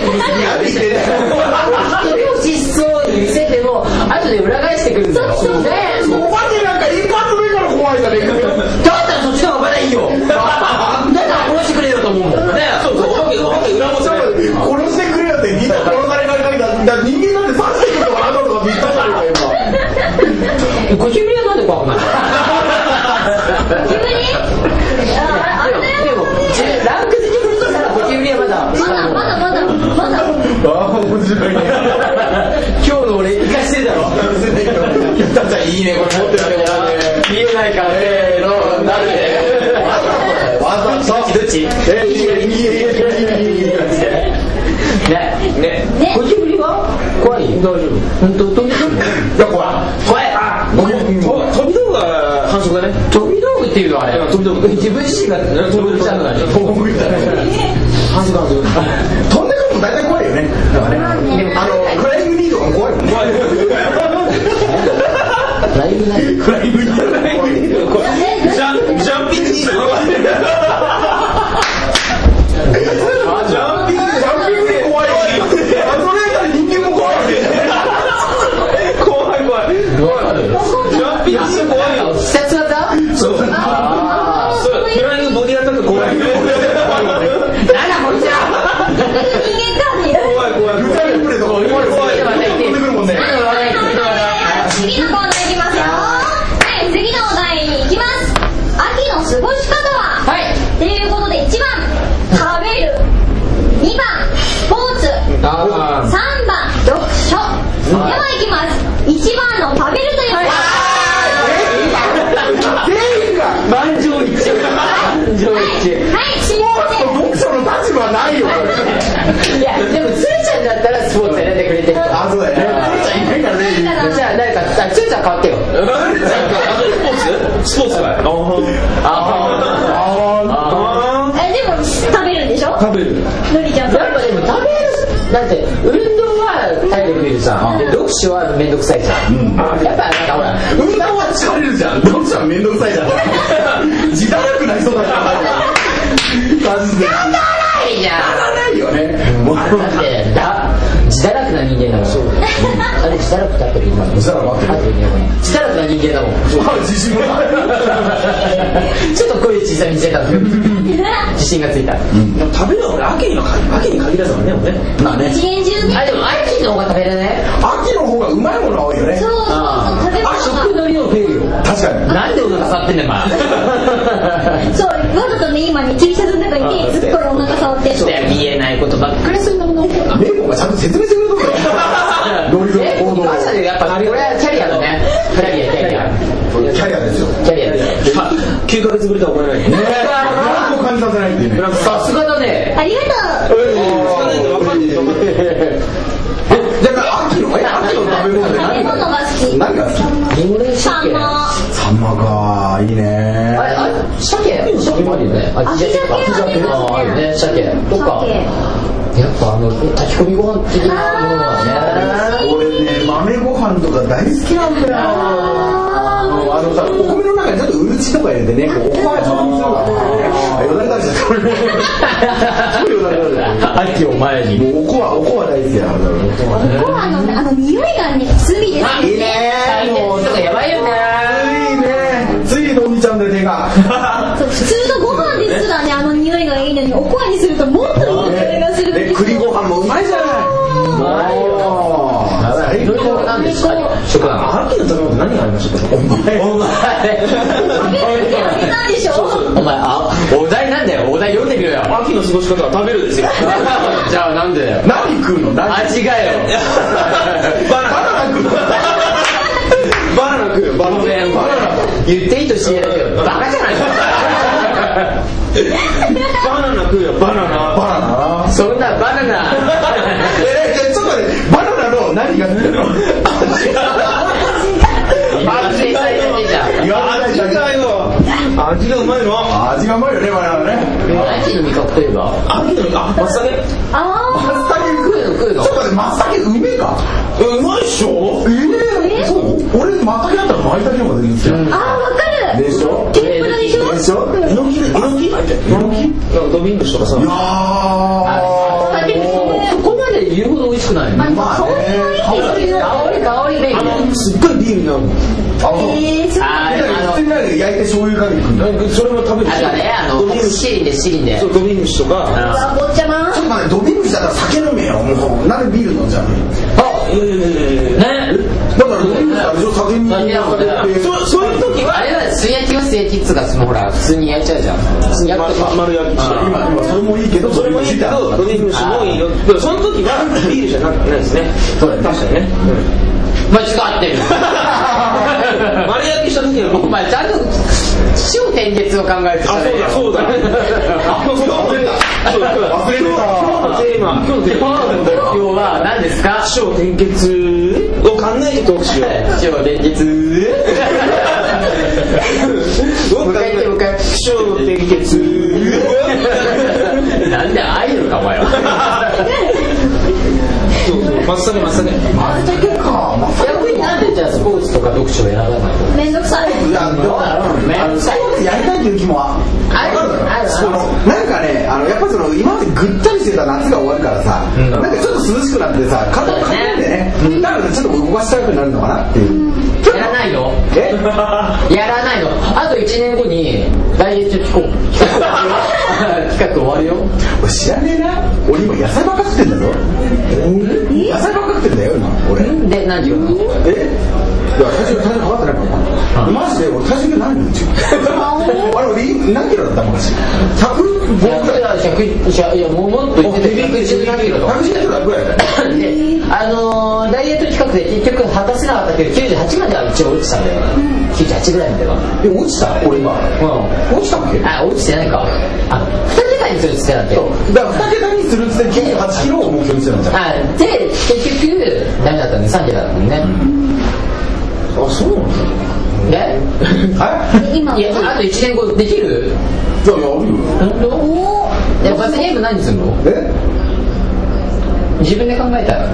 Speaker 1: 見せてやるしお人よしそうに見せても後で裏返してくるんだよそうそうねえ
Speaker 2: お化けなんか一発目から怖いじゃねえかよ
Speaker 1: だったらそっちの方がまだいいよだから殺してくれよと思うもんね
Speaker 4: そうそう、お化け、お化け裏もされ
Speaker 2: 殺してくれよってみんな殺されかけただから人間なんて刺してくるとかなんだとかびっくりしたよ今
Speaker 1: ゴキブリはなんで怖くない
Speaker 5: 急にああれだ
Speaker 1: で
Speaker 5: よ
Speaker 1: もじゅランク付けするとしたらゴキブリはまだ
Speaker 5: まだまだまだまだ
Speaker 2: ああ面白いね
Speaker 1: 今日の俺生かしてるだろ
Speaker 2: たちゃんいいねこれ持ってたね
Speaker 1: 見えないからせーのなるで
Speaker 2: わざとどっちえいいねいいねいいねいい
Speaker 1: ね
Speaker 2: ねいいね
Speaker 1: ね
Speaker 5: ね
Speaker 1: ゴキブリは怖い大丈夫本当飛び道
Speaker 2: いや怖い
Speaker 1: 怖いあ
Speaker 2: 僕も
Speaker 4: 飛び道が反則だね。
Speaker 1: 飛び道具っていうのはあれ
Speaker 4: 飛び道具
Speaker 1: 自分自身が飛び道具じゃない
Speaker 2: 僕じゃない
Speaker 1: 反則反則
Speaker 2: 飛んでくるの大体怖いよねだからねあのフライングニードが怖いもんね
Speaker 1: ライブない
Speaker 2: フライングニードが怖い
Speaker 4: ジャンジャンピングに。
Speaker 2: ないよ
Speaker 1: いやでもつーちゃんだったらスポーツ選んでくれてると
Speaker 2: あそうだねつーちゃんいないからね
Speaker 1: じゃあ誰かあつーちゃん変わってよ
Speaker 4: スポーツスポーツかい
Speaker 1: あ
Speaker 4: あ
Speaker 5: えでも食べるんでしょ
Speaker 4: あ食べる
Speaker 5: のりちゃん
Speaker 1: あやっぱでも食べるだって運動は体力いるじゃんで読書は面倒くさいじゃんやっぱなんかほら
Speaker 2: 運動は疲れるじゃん読書は面倒くさいじゃん時短なくなりそうだからマジで
Speaker 1: いいじゃん
Speaker 2: ないよねもう
Speaker 1: だってだ自堕落な人間だもんそうあれ自堕落って合ってる今の
Speaker 2: 自堕落合ってる
Speaker 1: 合ってるね自堕落な人間だもん
Speaker 2: 自信もない
Speaker 1: ちょっと声小さい見せたんですよ自信がついた
Speaker 4: でも食べるの俺秋には秋に限らずはねもうね
Speaker 2: まあね
Speaker 5: 一年中に
Speaker 1: あでも秋の方が食べれない
Speaker 2: 秋の方がうまいものは多いよね
Speaker 5: そうそうそう食べ
Speaker 1: あ食
Speaker 5: 物が
Speaker 1: の量増えるよ
Speaker 2: 確かに
Speaker 1: なんでお腹触ってんねんまあ
Speaker 5: そうわざとね今ね T シャツの中に手ずっこりお腹触ってる
Speaker 1: そうだよ見えないことばっかりするんだもんね
Speaker 2: レイコがちゃんと説明してくれると思うよノリの
Speaker 1: え
Speaker 2: 行動
Speaker 1: マジでやっぱこれはキャリアだねキャリアキャリア
Speaker 2: キャリアですよ
Speaker 1: キャリアです
Speaker 4: 9ヶ月ぶりとは思えない
Speaker 2: ねブランクを感じさせないっていうね
Speaker 1: さすがだね
Speaker 5: ありがとう
Speaker 2: えだから秋のえ秋の食べ物で
Speaker 5: 食べ
Speaker 2: 何
Speaker 5: 物
Speaker 2: が
Speaker 5: が好き
Speaker 2: 何が好き
Speaker 1: リンゴでした
Speaker 5: サ
Speaker 1: っ
Speaker 5: ン
Speaker 1: け
Speaker 5: マ
Speaker 2: サンマかいいね
Speaker 1: あれ、あれ、鮭鮭もあるよね。あ
Speaker 5: 秋鮭はありますね
Speaker 1: あるね、鮭。とか、やっぱあの、炊き込みご飯的なものはね。
Speaker 2: 俺ね豆ご飯とか大好きなんだよあのあのさお米の中にちょっとうるちとか入れてねこうお米が上手にするからねあよだれ垂れちゃったすごいよだれ垂れちゃった
Speaker 1: 秋を前に。
Speaker 2: もうおこわおこわ大好きだから
Speaker 5: ご飯のねあの匂いがね罪です
Speaker 1: あ、いいね。もう、とかやばいよね。
Speaker 2: いいねついのお兄ちゃんで手が
Speaker 1: *laughs*
Speaker 5: そう普通のご飯ですらねあの匂いがいいのにおこわにするともっといい匂いがするん
Speaker 2: で
Speaker 5: です
Speaker 2: 栗
Speaker 5: よ
Speaker 2: ご飯もうまいじゃないう
Speaker 1: まいよ
Speaker 2: おー
Speaker 1: いろいろなんですか食なの
Speaker 4: 秋の食べ物何がありましたか
Speaker 2: お前
Speaker 1: お前、
Speaker 5: 食べるってあげたんでしょ
Speaker 1: お前、あ、お題なんだよ。お題読んでみろよ。
Speaker 4: 秋の過ごし方は食べるですよ
Speaker 1: *laughs* じゃあなんでだよ。
Speaker 2: 何食うの何
Speaker 1: 味がよ。
Speaker 4: *laughs* バナナ
Speaker 2: 食うの
Speaker 4: バナナ食うよバナナ
Speaker 1: バナナ言っていいとしてやるけど、バカじゃないか。
Speaker 4: バナナ食うよバナナ
Speaker 2: バナナな
Speaker 1: そんなバナナ。
Speaker 2: ええちょっと待ってバナナの何が好きなの
Speaker 1: バカにされてんじゃん。
Speaker 2: 言わない
Speaker 4: 味
Speaker 2: だけ
Speaker 4: がよ味がうまいの
Speaker 2: 味がうまいよねバナナね
Speaker 1: 秋の味覚といえば。
Speaker 4: 秋のあ松茸
Speaker 5: あ
Speaker 2: マスタケ食
Speaker 1: 食うの食う
Speaker 2: う
Speaker 1: の
Speaker 2: ちょっと待ってマスタケうめえか
Speaker 4: うまいっしょ
Speaker 2: ええそう俺マスタケだったらマイタケの方が全然
Speaker 5: ーあーわか
Speaker 2: 好き
Speaker 5: る
Speaker 2: でしょ
Speaker 5: 天ぷらでしょ
Speaker 2: でしょ
Speaker 4: えのきえのきえのきなんかドビングとかさ
Speaker 2: いやー
Speaker 1: だけどそこまで言うほど美味しくない
Speaker 5: まあ
Speaker 2: まあね
Speaker 5: 香りが
Speaker 1: 香り香りでいい
Speaker 4: あ
Speaker 1: ね
Speaker 4: のすっごいビールに合う
Speaker 2: あの
Speaker 5: いいえーそう
Speaker 1: あーあの
Speaker 2: 普通にないで焼いて醤油かけて食うんだ
Speaker 4: のそれも食べる
Speaker 1: あれだねあ
Speaker 4: ドビン
Speaker 1: の
Speaker 4: グ
Speaker 1: シリンでシリンで
Speaker 4: そうドビングとか
Speaker 1: あ
Speaker 5: あ坊ちゃま
Speaker 2: ちょっと待ってドビングしたから酒飲めよもうなんでビール飲んじゃうの
Speaker 4: いやいやいやいや
Speaker 1: ね
Speaker 4: いや
Speaker 2: だからドビングしたらあれでしょ酒に
Speaker 1: 酒飲んで
Speaker 4: そそういう時
Speaker 1: あ
Speaker 4: は
Speaker 1: れだ素焼きは素焼きっつうかそのほら普通に焼いちゃうじゃん普通に焼くと
Speaker 4: ま丸焼きして
Speaker 1: あー
Speaker 2: 今今それもいいけど
Speaker 4: それもいいけどドビングもいいよでもその時はビールじゃなくてないですね
Speaker 1: そうだね
Speaker 4: 確かにね
Speaker 1: まあちょっと合ってる
Speaker 4: うん丸焼きした時は
Speaker 1: お前ちゃんと死を転結を考えて
Speaker 4: あ、そうだ、そうだ。あ、そうだ、忘れた。
Speaker 2: 忘れてた
Speaker 4: 今日のテーマ、今日のテーマなんだ
Speaker 1: 今
Speaker 4: よ。
Speaker 1: 日は何ですか
Speaker 4: 師匠転結を考えてどうしよう。
Speaker 1: 死を転結
Speaker 4: も
Speaker 1: う一回言ってもう一回
Speaker 4: 師匠転結。
Speaker 1: なんでアイドルかお前は
Speaker 4: そうそう、まっさげまっさげ。
Speaker 2: マスタケかマスタケ
Speaker 1: 逆になんでじゃあスポーツとか読書を選ばないの
Speaker 5: めんどくさい
Speaker 2: いやどうだろうねあのそういうことやりたいっていう気もあ
Speaker 1: あるある
Speaker 2: そのなんかねあのやっぱりその今までぐったりしてた夏が終わるからさ、
Speaker 1: ん
Speaker 2: なんかちょっと涼しくなってさ体が硬いんでねだからちょっと動かしたくなるのかなっていう、
Speaker 1: やらないの
Speaker 2: え
Speaker 1: やらないのあと1年後にダイエット聞こう企画終わるよ
Speaker 2: 俺知らねえな俺今野菜ばっか食ってんだぞ野菜ばっか食ってんだよ今俺
Speaker 1: で何言うの
Speaker 2: えいや体重体重変わってないからなマジで俺体重計何人あれ俺何キロだった昔100
Speaker 1: 僕
Speaker 2: ぐらい
Speaker 1: ら100いやもうもっと言ってた117キロとか
Speaker 2: 110キロだぐらいだよ
Speaker 1: であのーダイエット企画で結局果たせなかったけど98までは一応落ちたんだよ、98ぐらいまでは
Speaker 2: え落ちた俺今
Speaker 1: うん
Speaker 2: 落ちたっけ
Speaker 1: あ落ちてないかあ二桁桁にするっつってたんだって
Speaker 2: そうだから2桁にするっつって98キロを目標にしてたんじゃん
Speaker 1: はいで結局ダメだったんで3桁だったんでね、
Speaker 2: あそうなの
Speaker 1: で
Speaker 2: え
Speaker 5: 今
Speaker 1: いやあと1年後できる
Speaker 2: じゃあやるよ
Speaker 1: え罰ゲーム何するの
Speaker 2: え
Speaker 1: 自分で考えたら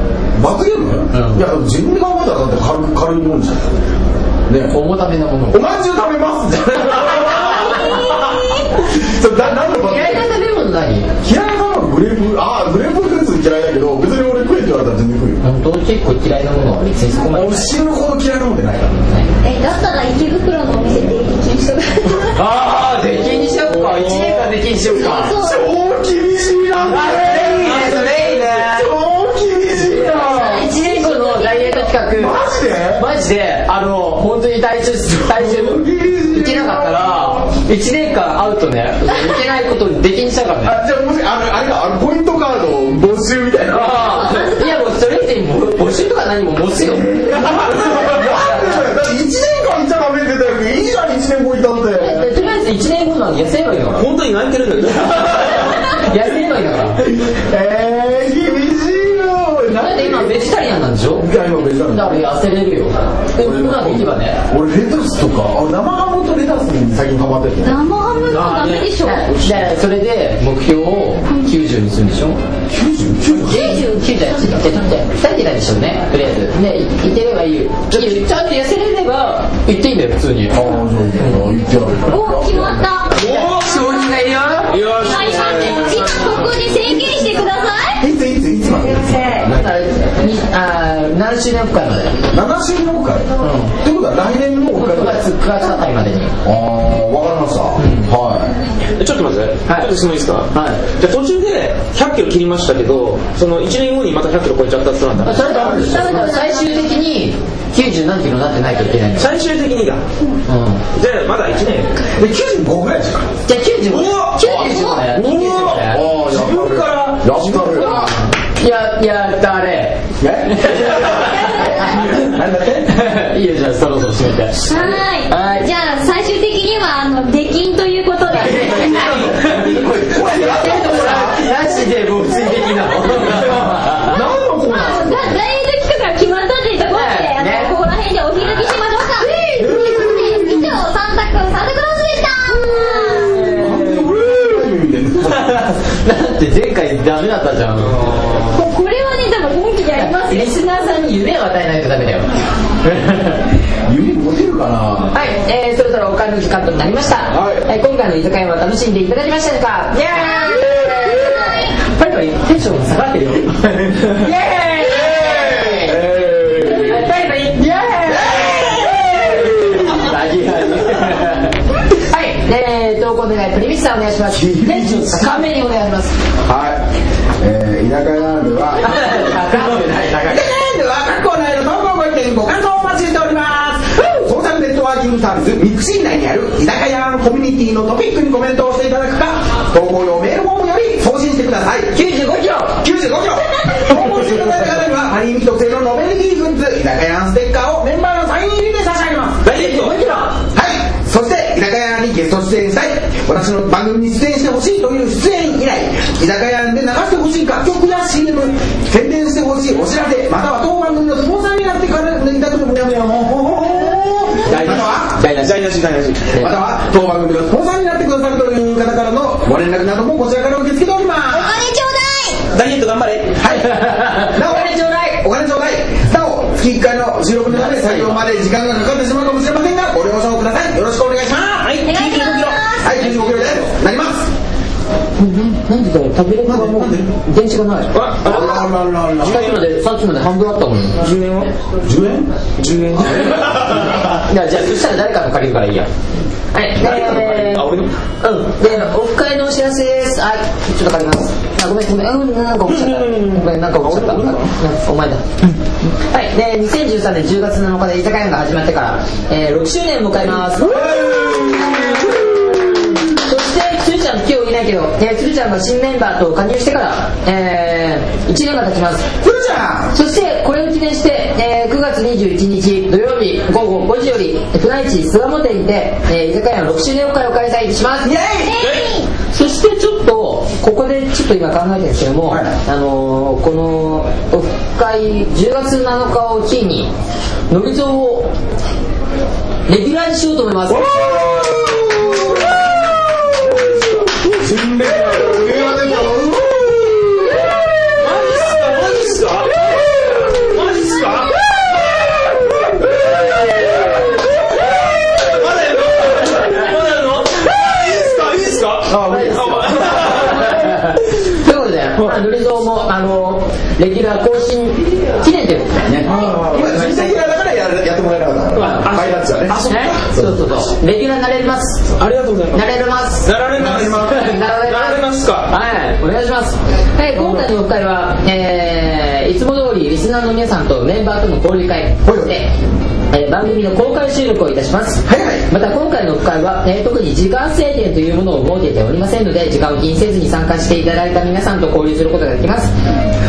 Speaker 2: 罰ゲーム、
Speaker 1: うん
Speaker 2: いや自分で考えたらだって軽い軽いもんじゃんね
Speaker 1: 重ためのものを
Speaker 2: おまんじゅう食べますじゃんそれだ何の罰ゲ
Speaker 1: 嫌い
Speaker 2: ーム
Speaker 1: な食べ物何
Speaker 2: 嫌いなのグレープああグレープフルーツ嫌いだけど別に俺食えって言われたら全然食うよ
Speaker 1: 本当結構嫌いなものは別にそこまで
Speaker 2: 俺死ぬほど嫌いなもんでないから
Speaker 5: えだったら池袋のお店で禁止とか
Speaker 1: ああ出禁にしようか1年間出禁にしようか
Speaker 5: そう
Speaker 2: 超厳しいな
Speaker 1: あいいねそれいいね
Speaker 2: 超厳しいな
Speaker 1: 1年後のダイエット企画
Speaker 2: マジで
Speaker 1: マジであの本当に体重体重いけなかったら1年間アウトねいけないことに出禁にしたからね
Speaker 2: あじゃあもしあのあれだあのポイントカードを募集みたいな
Speaker 1: ああいやもうそれって募集とか何も持つよ
Speaker 2: だって1年間いちゃダメって言ったよりいいじゃん1年後いたって
Speaker 1: とりあえず1年後なんて痩せればいいんだか
Speaker 4: 本当に泣いてるん *laughs* だけど
Speaker 1: ら痩せればいいんだから
Speaker 2: えー、厳しいよ
Speaker 1: だ
Speaker 2: な
Speaker 1: って今ベジタリアンなんでしょ
Speaker 2: いや今別だ
Speaker 1: だから痩せれるよでもうまくいけばね
Speaker 2: 俺レタスとかあ生ハムとレタスに最近ハマってる
Speaker 5: 生ハムとダメでしょ
Speaker 1: でそれで目標を90にするんでしょ
Speaker 2: 90?
Speaker 1: 90だよだってだって2桁でしょうねとりあえずねいいければいいよいやちゃんと痩せれれば言っていいんだよ普通に
Speaker 2: ああそうだ言ってやる
Speaker 5: お決まった
Speaker 1: おお承認がいいよ
Speaker 4: よし
Speaker 5: 今ここで宣言してください
Speaker 2: いついついつまで
Speaker 1: だからにあー何周年オフ会まで
Speaker 2: 7週の会ってことは来年のオフ会
Speaker 1: 9月9月あたりまでに
Speaker 2: ああわかりました、は
Speaker 4: ちょっと待って、
Speaker 1: はい
Speaker 4: ちょっと質問いいですか、
Speaker 1: はい
Speaker 4: じゃあ途中で100キロ切りましたけどその1年後にまた100キロ超えちゃったってそうなんだ
Speaker 1: それだから最終的に90何キロになってないといけないの
Speaker 4: 最終的にだ
Speaker 1: うん
Speaker 4: じゃあまだ1年
Speaker 2: いで95ぐらいですか
Speaker 1: じゃあ95だよ95だよ
Speaker 2: あ自分からやったる
Speaker 1: ややったあれ *laughs*
Speaker 2: えなんだって
Speaker 1: いいよじゃあそろそろ締めて
Speaker 5: は
Speaker 1: は
Speaker 5: い
Speaker 1: い
Speaker 5: じゃあ最終的にはあの出禁ということで
Speaker 2: *laughs*
Speaker 1: *laughs* なしで防水的なの
Speaker 2: 何のコーナー
Speaker 5: まあダダイエット企画が決まったというところで、あの
Speaker 1: ね
Speaker 5: ここら辺でお開きしましょうか、ということで以上サンタクサンタクロース
Speaker 1: だって
Speaker 2: *laughs*
Speaker 5: でした
Speaker 1: 前回ダメだったじゃん
Speaker 5: ここれはね多分本気でやりますよ
Speaker 1: リスナーさんに夢を与えないとダメだよ
Speaker 2: 指持てるかな
Speaker 1: はい、えー、そろそろお金の時間となりました、
Speaker 2: はい
Speaker 1: えー今回の居酒屋は楽しんでいただけましたでしょうかイエーイパリパリテンションが下がってるよ *laughs* イエーイはいパリパリイエーイはい、えー、投稿願いプリビスさんお願いしますテンション高めにお願いし *laughs* ます
Speaker 2: はいえー、田舎なのでは
Speaker 1: 高めない高い
Speaker 2: 各コーナーへの投稿ご意見ご感想をお待ちしておりますソーシャルネットワーキングサービスミクシー内にある居酒屋のコミュニティのトピックにコメントをしていただくか投稿用メールフォームより送信してください95キロ95キロ *laughs* 投稿してくださった方にはハリーミキ特製のノベルティグッズ居酒屋のステッカーをメンバーのサイン入りで差し上げます
Speaker 4: ダイエット
Speaker 2: はいそして居酒屋にゲスト出演したい私の番組に出演してほしいという出演以来居酒屋で流してほしい楽曲や CM 宣伝してほしいお知らせまたは当番組のスポンサーになってからいただくむにゃむにゃもまたは
Speaker 4: ダイナシダイナシダイナシ
Speaker 2: または当番組のスポンサーになってくださるという方からのご連絡などもこちらから受け付けております
Speaker 5: あれちょうだい
Speaker 4: ダイエット頑張れ
Speaker 2: はい。なお、お金ちょうだい。お金ちょうだい。なお、月1回の収録の中で採用まで時間がかかってしまうかもしれませんが、ご了承ください。よろしくお願いします。はい、
Speaker 5: お願いします
Speaker 2: はい、95キロです。なります。
Speaker 1: なんでだろう食べればもう電池がない
Speaker 2: あらあらあらあら
Speaker 1: さっきまでさっきまで半分あったもん
Speaker 4: 10円は
Speaker 2: 10円
Speaker 4: 10
Speaker 1: い
Speaker 4: 円
Speaker 1: やじゃあそしたら誰かの借りるからいいやはいえー
Speaker 4: あ俺でも
Speaker 1: うんでオフ会のお知らせですはいちょっと借りますあごめんごめんうんなんか起きちゃったごめんなんか起きちゃったあなお前だはいで2013年10月7日で居酒屋が始まってから、えー、6周年を迎えますそしてつるちゃん今日いないけど、えー、つるちゃんが新メンバーと加入してから、えー、1年が経ちます
Speaker 2: くるじゃん
Speaker 1: そしてこれを記念して、えー9月21日土曜日午後5時よりえー船市巣鴨店で、えー居酒屋の6周年オフ会を開催します
Speaker 2: イェイ
Speaker 1: そしてちょっとここでちょっと今考えてるんですけども、
Speaker 2: はい
Speaker 1: あのーこのオフ会10月7日を機にのびぞをレギュラーにしようと思います
Speaker 2: 新レギュラーでレギュラー出たのう
Speaker 4: マジっすかまだやるのまだやるのいいっすかいいっすか
Speaker 2: あもういいです
Speaker 1: ということで、まあ、のりぞうも、あのーレギュラー更新記念ということでね
Speaker 2: 今人的なだからやるやってもらえなかったから開発者ね
Speaker 1: ねそうそうそうレギュラーになれます
Speaker 4: ありが *laughs* とうございま
Speaker 1: なれるます
Speaker 4: すなられます
Speaker 1: な
Speaker 4: なられますか
Speaker 1: はい、お願いします。はい、今回のオフ会は、えーいつも通りリスナーの皆さんとメンバーとの交流会、そして、えー番組の公開収録をいたします。
Speaker 2: はいはい
Speaker 1: また今回のオフ会は、えー特に時間制限というものを設けておりませんので、時間を気にせずに参加していただいた皆さんと交流することができます。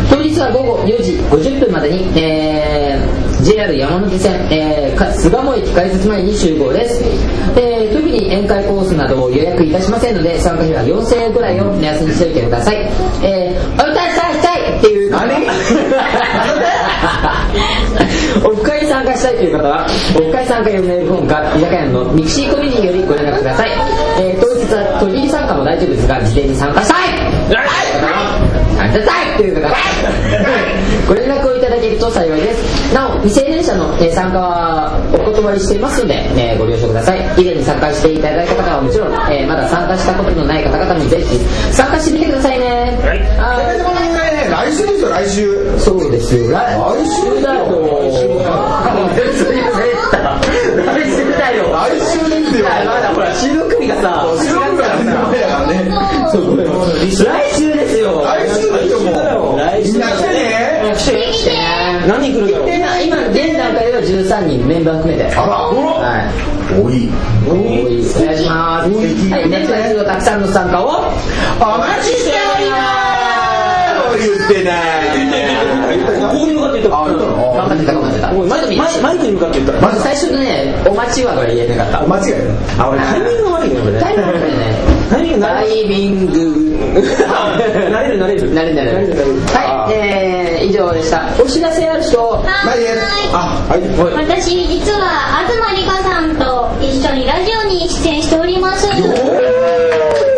Speaker 1: 当日は午後4時50分までに、えー JR 山手線、えーか巣鴨駅改札前に集合です、えー特に宴会コースなどを予約いたしませんので参加費は4000円くらいを目安にしておいてくださいえー、お歌いしたいしたいっていう何 *laughs* オフ会に参加したいという方はオフ会参加用メールフォームか居酒屋のミクシーコミュニティよりご連絡ください、えー当日は取引参加も大丈夫ですが事前に参加したいありがたいという方ご連絡をいただけると幸いですなお未成年者の、えー参加はお断りしていますので、えーご了承ください以前に参加していただいた方はもちろん、えーまだ参加したことのない方々もぜひ参加してみてくださいねはい
Speaker 2: このみんなね来週ですよ来週
Speaker 1: そうですよ来
Speaker 2: 来週だよ
Speaker 1: 来週来週だよ
Speaker 2: 来週ですよ
Speaker 1: まだほら収録日がさ
Speaker 2: 収録がね前だからね
Speaker 1: 来週ですよ
Speaker 2: 来週だよもう
Speaker 1: 来週
Speaker 2: みんな来てね
Speaker 1: 来て来てね
Speaker 4: 何来るだろう
Speaker 1: でな今現段階では13人メンバー含めて
Speaker 2: あら
Speaker 1: はい
Speaker 2: 多い
Speaker 1: お願いしますはい年内のたくさんの参加を
Speaker 2: お待ちしております言ってない
Speaker 4: ここに向かって言った
Speaker 2: あ言ったの
Speaker 1: 頑張ってた頑張ってた
Speaker 4: おいマイクマイマイクに向かって言ったら
Speaker 1: まず最初のねお待ちはが言えなかった
Speaker 2: 間違いない
Speaker 4: あ俺タイミングが悪いねこれ
Speaker 1: タイミングが悪いね
Speaker 4: タイミング
Speaker 1: ダ
Speaker 4: 慣れ
Speaker 1: イ
Speaker 4: る
Speaker 1: ビング
Speaker 4: 慣れる慣れる
Speaker 1: なるなる
Speaker 4: 慣れる
Speaker 1: はいえー以上でしたお知らせある人
Speaker 2: ないですあはいはい
Speaker 5: 私実は東理香さんと一緒にラジオに出演しております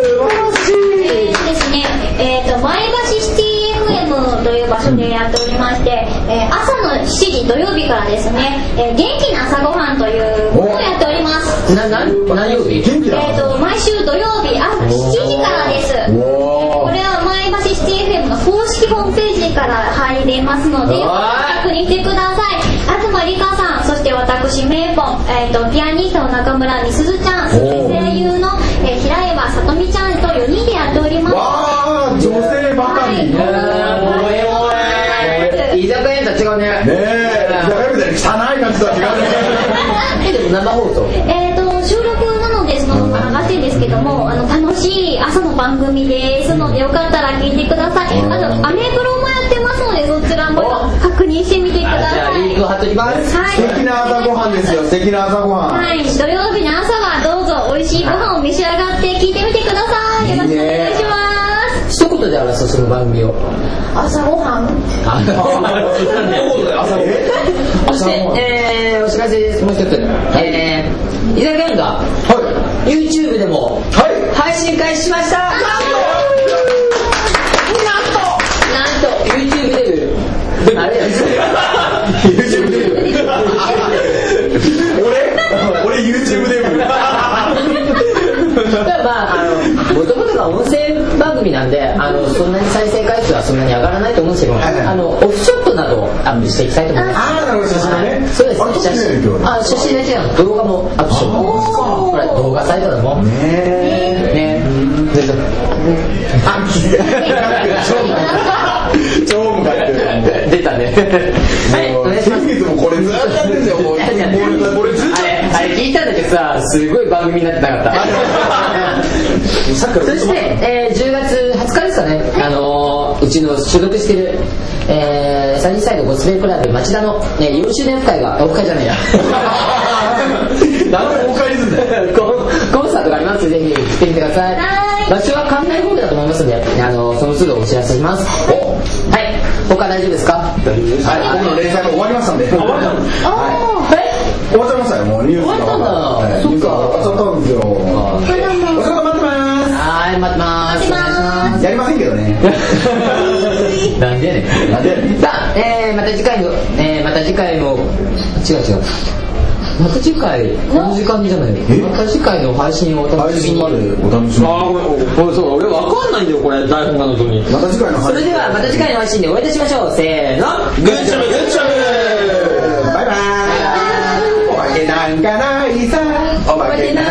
Speaker 5: えーですね、えー、と前橋シティ FM という場所でやっておりまして、えー朝の7時土曜日からですね、えー元気な朝ごはんというものをやっております
Speaker 1: な何何曜日
Speaker 2: 元
Speaker 5: え
Speaker 2: 気だ
Speaker 5: ー、と毎週土曜日朝7時からですえーこれは前橋シティ FM の公式ホームページから入れますので
Speaker 1: おーい
Speaker 5: 確認してください東理香さんそして私メイポン、えー、とピアニストの中村美鈴ちゃんそして声優の、えー平山さとみちゃんと4人でやっております
Speaker 2: わあ女性ばかりね
Speaker 1: 居酒屋と違うね
Speaker 2: えみたいに汚い感じとは違
Speaker 1: えでも生放送
Speaker 5: えー、と収録なのでそのまま流してるんですけどもあの楽しい朝の番組ですのでよかったら聞いてくださいあとアメブロもやってますのでそちらも確認してみてくだ
Speaker 1: じゃあ
Speaker 5: さ
Speaker 1: リンクを
Speaker 5: い
Speaker 1: 貼っときます
Speaker 2: うね
Speaker 5: は
Speaker 2: 素敵な朝ごはんですよ素敵な朝ごはん
Speaker 5: はい、土曜日の朝はどうぞ美味しいご飯を召し上がって聞いてみてくださいよろしくお願いします
Speaker 1: 一言で表すその番組を
Speaker 5: 朝ごはん
Speaker 1: あ
Speaker 2: 朝ごはん
Speaker 1: そして、えーお知らせですもう一つ、えー、居酒屋が、YouTube でも、
Speaker 2: は
Speaker 1: 配信開始しましたなんとなんと YouTube デビューあれだよ
Speaker 2: *laughs* YouTube デビ
Speaker 1: *laughs*
Speaker 2: *laughs* ュー俺俺 YouTube デビュー
Speaker 1: ただまああのもともとが音声番組なんであのそんなに再生回数はそんなに上がらないと思うんですけど、
Speaker 2: はいはい
Speaker 1: あのオフショットなどをアップしていきたいと思います
Speaker 2: ああなるほど写真ね
Speaker 1: そうです
Speaker 2: あれ撮って
Speaker 1: 写
Speaker 2: ないよ
Speaker 1: 真
Speaker 2: 今
Speaker 1: あ写真だけなの動画もアップしてますこれ動画サイトだもんね
Speaker 2: 日ね
Speaker 1: ね
Speaker 2: あっ超向かってる
Speaker 1: 出たねはいお願いします
Speaker 2: 先月もこれずっとやって
Speaker 1: *laughs*
Speaker 2: んだよもうこれずっ
Speaker 1: あれあれ聞いたんだけどさすごい番組になってなか
Speaker 2: *laughs*
Speaker 1: った
Speaker 4: さっきから
Speaker 1: そして、えー10月20日ですかね、あのーうちの所属してる、えー、サニーサイドゴスペルクラブ町田の、えー4周年オフ会がオフ会じゃないや
Speaker 2: と何もお借りすんだよ
Speaker 1: *laughs* コンコンサートがありますのでぜひ来てみてください
Speaker 5: はーい
Speaker 1: 私は簡単な方だと思いますので、あの、その都度お知らせします。はい。他大丈夫ですか
Speaker 2: 大丈夫ですはい、僕の連載が終わりましたんで。終わりました
Speaker 1: あ
Speaker 2: 終わっちゃいましたよ、もうニュースが。
Speaker 1: 終わったんだ
Speaker 2: はいニュースが終わっちゃったんですよ。お世話待ってま。
Speaker 1: はい、待ってます。お願いします
Speaker 2: やりませんけどね。
Speaker 1: す。なんでやねん。
Speaker 2: なんでやねん
Speaker 1: さあ、えー、また次回の、えー、また次回も、違う違う。また次回、この時間じゃない
Speaker 2: え
Speaker 1: また次回の配信をお楽
Speaker 2: 配
Speaker 1: しみ
Speaker 2: 信
Speaker 1: に
Speaker 2: ま。でお楽しみに。
Speaker 4: ああごめんおおそうだ俺わかんないんだよこれ台本がのとに
Speaker 2: また次回の配信。
Speaker 1: それでは、また次回の配信でお会いいたしましょう。せー
Speaker 2: *laughs*
Speaker 1: の。
Speaker 4: グッジョブグッジョブ
Speaker 2: バイバイ。おまけなんかないさ。おまけなん